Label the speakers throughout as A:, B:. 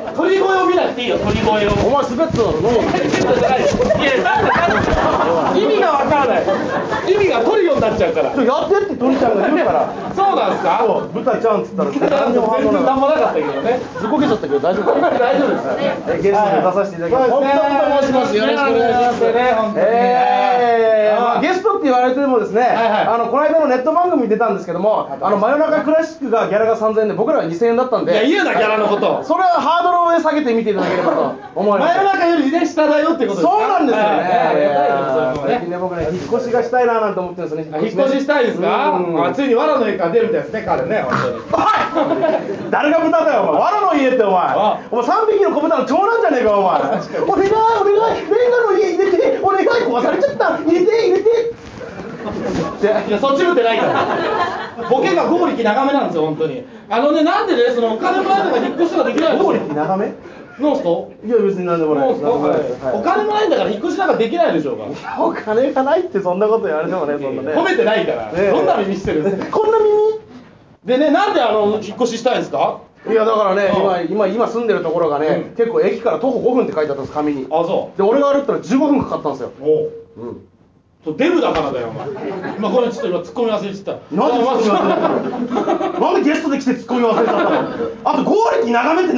A: お前滑ってただろ
B: っていいよ、鳥越を。いや、なんだ、なんだ。意味がわからない。意味がトリオになっちゃうから。
A: やってって鳥ちゃんが言うから
B: そうなんですか。
A: そう豚ちゃんっつったら何にも反
B: 全
A: 応なか
B: 然な
A: っ
B: んもなかったけどね。
A: たずっこけちゃったけど大丈夫か
B: 大丈夫です。
A: えゲストに出させていただきます
B: 本当に
A: 本当に
B: 申します。よろしくお願いします。ね、本当に。
A: えーまあ、ゲストって言われてもですね、
B: いはい
A: あのこの間のネット番組に出たんですけども、あの真夜中クラシックがギャラが3000円で僕らは2000円だったんで
B: いや、言うな、ギャラのこと。
A: それはハードルを下げてみていただければと思います
B: 前の中よりね、下だよってことですか。
A: そうなんですよね、
B: はいありがたいですそういうのもね
A: 最近ね僕ね引っ越しがしたいななんて思ってるんですよね
B: 引っ越ししたいですか、
A: うん
B: あついに藁の家から出るみたいですね彼ね本当に
A: 誰が豚だよお前藁の家ってお前
B: あ
A: お前三匹の子豚の長男じゃねえかお前お願いお願いレンガの家入れてお願い壊されちゃった入れて入れて
B: いやそっち向ってないからボケが合力長めなんですよ本当にあのねなんでねそのお金もないのが引っ越しとかできないんです
A: ゴ
B: よ
A: ーリ長めい
B: ノースト
A: や別に何でもない
B: ノー
A: です何でもないい
B: スト、は
A: ですはい
B: お金もないんだから引っ越しなんかできないでしょうが、
A: お金がないってそんなこと言われてもねそんなね
B: 褒めてないから、
A: ねえ
B: どんな耳してるんですか
A: こんな
B: でねなんであの引っ越ししたいんですか
A: 耳いやだからね
B: あ
A: 今今今住んでるところがね、
B: うん
A: 結構駅から徒歩5分って書いてあったんです紙に
B: あそ
A: で俺が歩いたら15分かかったんですよ
B: うおう
A: うん
B: そうデブだからだよお前今これちょっと今突っ込み忘れちゃった
A: なんで突っ込み忘れてるなんでゲストで来て突っ込み忘れちゃったのあと剛力眺めって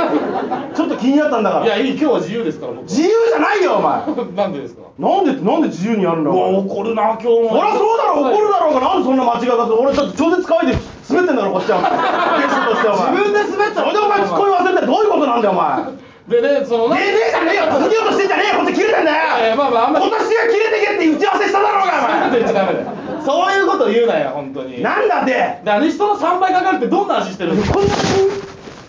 A: 何ちょっと気になったんだか
B: い
A: ら
B: やいい今日は自由ですから僕
A: 自由じゃないよお前
B: なんでですか
A: なんでってなんで自由にやるんだ
B: う
A: お前
B: わ怒るな今日
A: そ
B: も
A: りゃそうだろ怒るだろうがなんでそんな間違いだって俺だって超絶可愛いで滑ってんだろこっちはゲストとしてお前
B: 自分で滑った
A: それでお前突っ込み忘れてどういうことなんだよお前
B: でね、そのな、
A: ねえねえじゃねえよ続けようとしてんじゃねえよこっち切れてんだ
B: い
A: よ
B: やいやまあまあ、あんまり、
A: 今年は切れてけって打ち合わせしただろうがお
B: そう
A: 前
B: いうこと言っちゃダメだよ。そういうこと言うなよ、本当に。
A: なんだって
B: で、あの人の3倍かかるってどんな味してるんですか
A: こんなに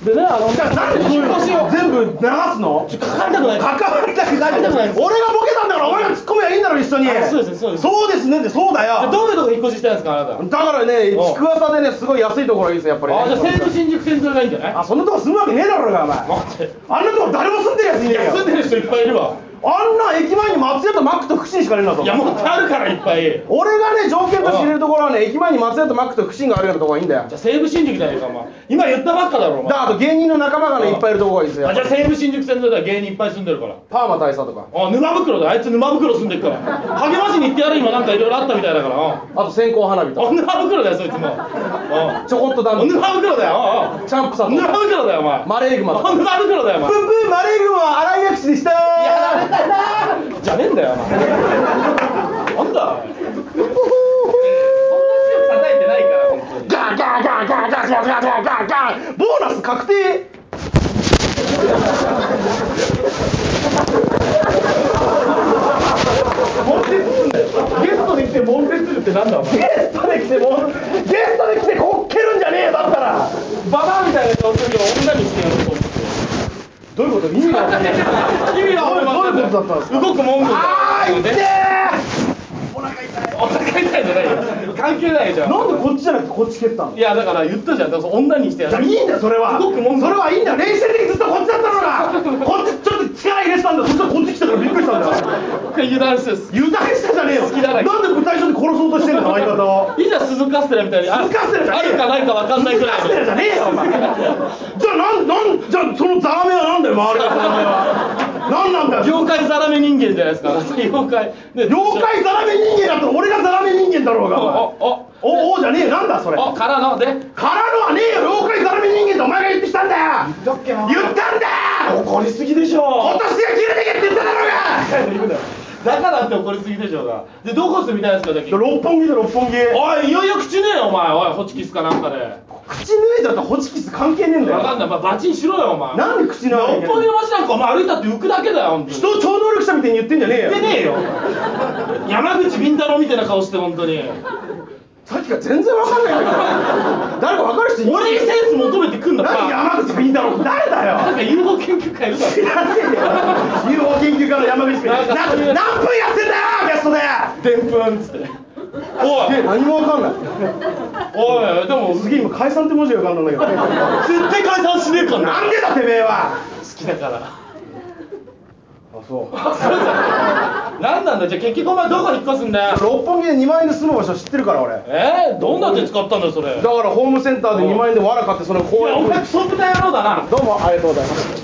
B: でね、あの、
A: じゃあなんでこういうの全部流すの
B: かかりたくない。
A: 関わりたくない
B: 関わりたくないです
A: 俺がボケたんだから俺が突っ込めばいいんだろ一緒に
B: あそうですそうです
A: そうですねってそうだ
B: で
A: よ
B: どういうとこ引っ越ししたいんですか、あな
A: だ
B: た。
A: からね
B: おう
A: ちくわさでねすごい安いところがいいですよやっぱりね
B: あ、じゃあ西武新宿線沿いがいいんじゃない
A: あそんなとこ住むわけねえだろうがお前
B: 待って。
A: あんなとこ誰も住んでるやついねえよ
B: 住んでる人いっぱいいるわ。
A: あんな駅前に松屋とマックと福神しかねえんだぞ
B: いや、もっとあるからいっぱい。じ
A: 俺がね条件として入れるところはね駅前に松屋とマックと福神があるようなところがいいんだよ
B: ゃあ西武新宿じゃねえか、お前。今言ったばっかだろ、お
A: だあ
B: 前。
A: と芸人の仲間がねいっぱいいるところがいいですよ
B: あじゃあ西武新宿線沿いだ、芸人いっぱい住んでるから。
A: パーマ大佐とか
B: あ、沼袋だ、あいつ沼袋住んでるから。励ましに行ってやる、今なんかいろいろあったみたいだから。あ
A: あと線香花火とか
B: あ、沼袋だよ、そいつも。あ
A: ちょこっとだんチ
B: 沼袋だよ。ああ
A: ャンプさんと
B: 沼
A: か
B: 袋だよ、お前。
A: マレーグマとか
B: あ沼袋だよ、お前。
A: プンプンマレー軍は荒井薬師でしたー
B: じゃねえんだよ、お前。なんだ。叩いてないから、本当に。
A: ガンガンガンガンガンガンガンガンガンガンボーナス確定
B: 悶絶すんだよ。ゲストで来て悶絶するってなんだ、お前。
A: ゲストで来てもうゲストで来てこっけるんじゃねえよだったら
B: ババアみたいな顔するけど、女にしてやると思って。
A: どういうこと意味がわかんない
B: 意味が分かんない
A: どういうことだったんですか
B: 動くモンゴルだよ。
A: あー痛
B: ね
A: え
B: お腹痛いじゃないよ。関係ないじゃん。
A: なんでこっちじゃなくてこっち蹴ったの
B: いや、だから言ったじゃん、だから女にしてや
A: じゃあい
B: る。
A: いんだよそれは
B: 動くもんだ
A: それはいいんだよ練習的にずっとこっちだったのがこっちちょっと力入れてたんだそしたらこっち来たからびっくりしたんだよ
B: 油断してる。
A: 油断したじゃねえよ
B: 好きだらけ
A: なんで舞台上で殺そうとしてんの相方 を
B: いいじゃん、鈴カステラみたいに。あ
A: 鈴カステラじゃね
B: あ
A: えよ
B: るかないか分かんないくらい
A: カス
B: の
A: テラじゃねえよお前じゃあなんなんじゃあそのザラメはなんだよ周りのザラメは何なんだよ
B: 妖怪ザラメ人間じゃないですか。妖怪。ね
A: 妖怪ザラメ人間だったら俺がザラメ人間だろうが
B: お
A: お
B: お
A: 前おおじゃねえよなんだそれ
B: おおからので。
A: からのはねえよ妖怪ザラメ人間ってお前が言ってきたんだよ
B: だっけな
A: 言ったんだよ
B: 怒りすぎでしょ
A: 今年は切れてけって言っただろうが
B: だからって怒りすぎでしょうが。でどこ住みたいですかだけ。
A: 六本木で六本木
B: おいいよいよ口ねえよお前。おいホチキスかなんかで。
A: 口脱いだとホチキス関係ねえんだ
B: わかん
A: よ
B: ない。まあバチンしろよお前。
A: なんで口脱いだ
B: 六本木の街なんかお前歩いたって浮くだけだよ本当に。
A: 人を超能力者みたいに言ってんじゃねえよ
B: でねえよ。山口敏太郎みたいな顔して本当に。
A: さっきから全然わかんないんだけど誰かわかる人いる
B: 俺にセンス求めてくんだ
A: 何山口敏太郎誰だ
B: なん
A: よ
B: か UFO 研究会いるだろ。
A: UFO 研究家の山口敏
B: なん
A: 太郎
B: か
A: な
B: そうい
A: 何分
B: う
A: やってんだよゲストで
B: でんぷんっつって。おい、
A: 何もわかんない
B: おい、でも、
A: すげえ今解散って文字が浮かんだんだけど
B: 絶対解散しねえからな。
A: なんでだてめえは
B: 好きだから。
A: あそう
B: なんなんだ、じゃあ結局お前どこ引っ越すんだよ。
A: 六本木で2万円で住む場所知ってるから俺だ
B: えー、どんな手使ったんだよ、それ。いや、
A: からホームセンターで2万円でわら買ってその公
B: お
A: 園
B: 前クソ豚野郎だな。
A: どうもありがとうございます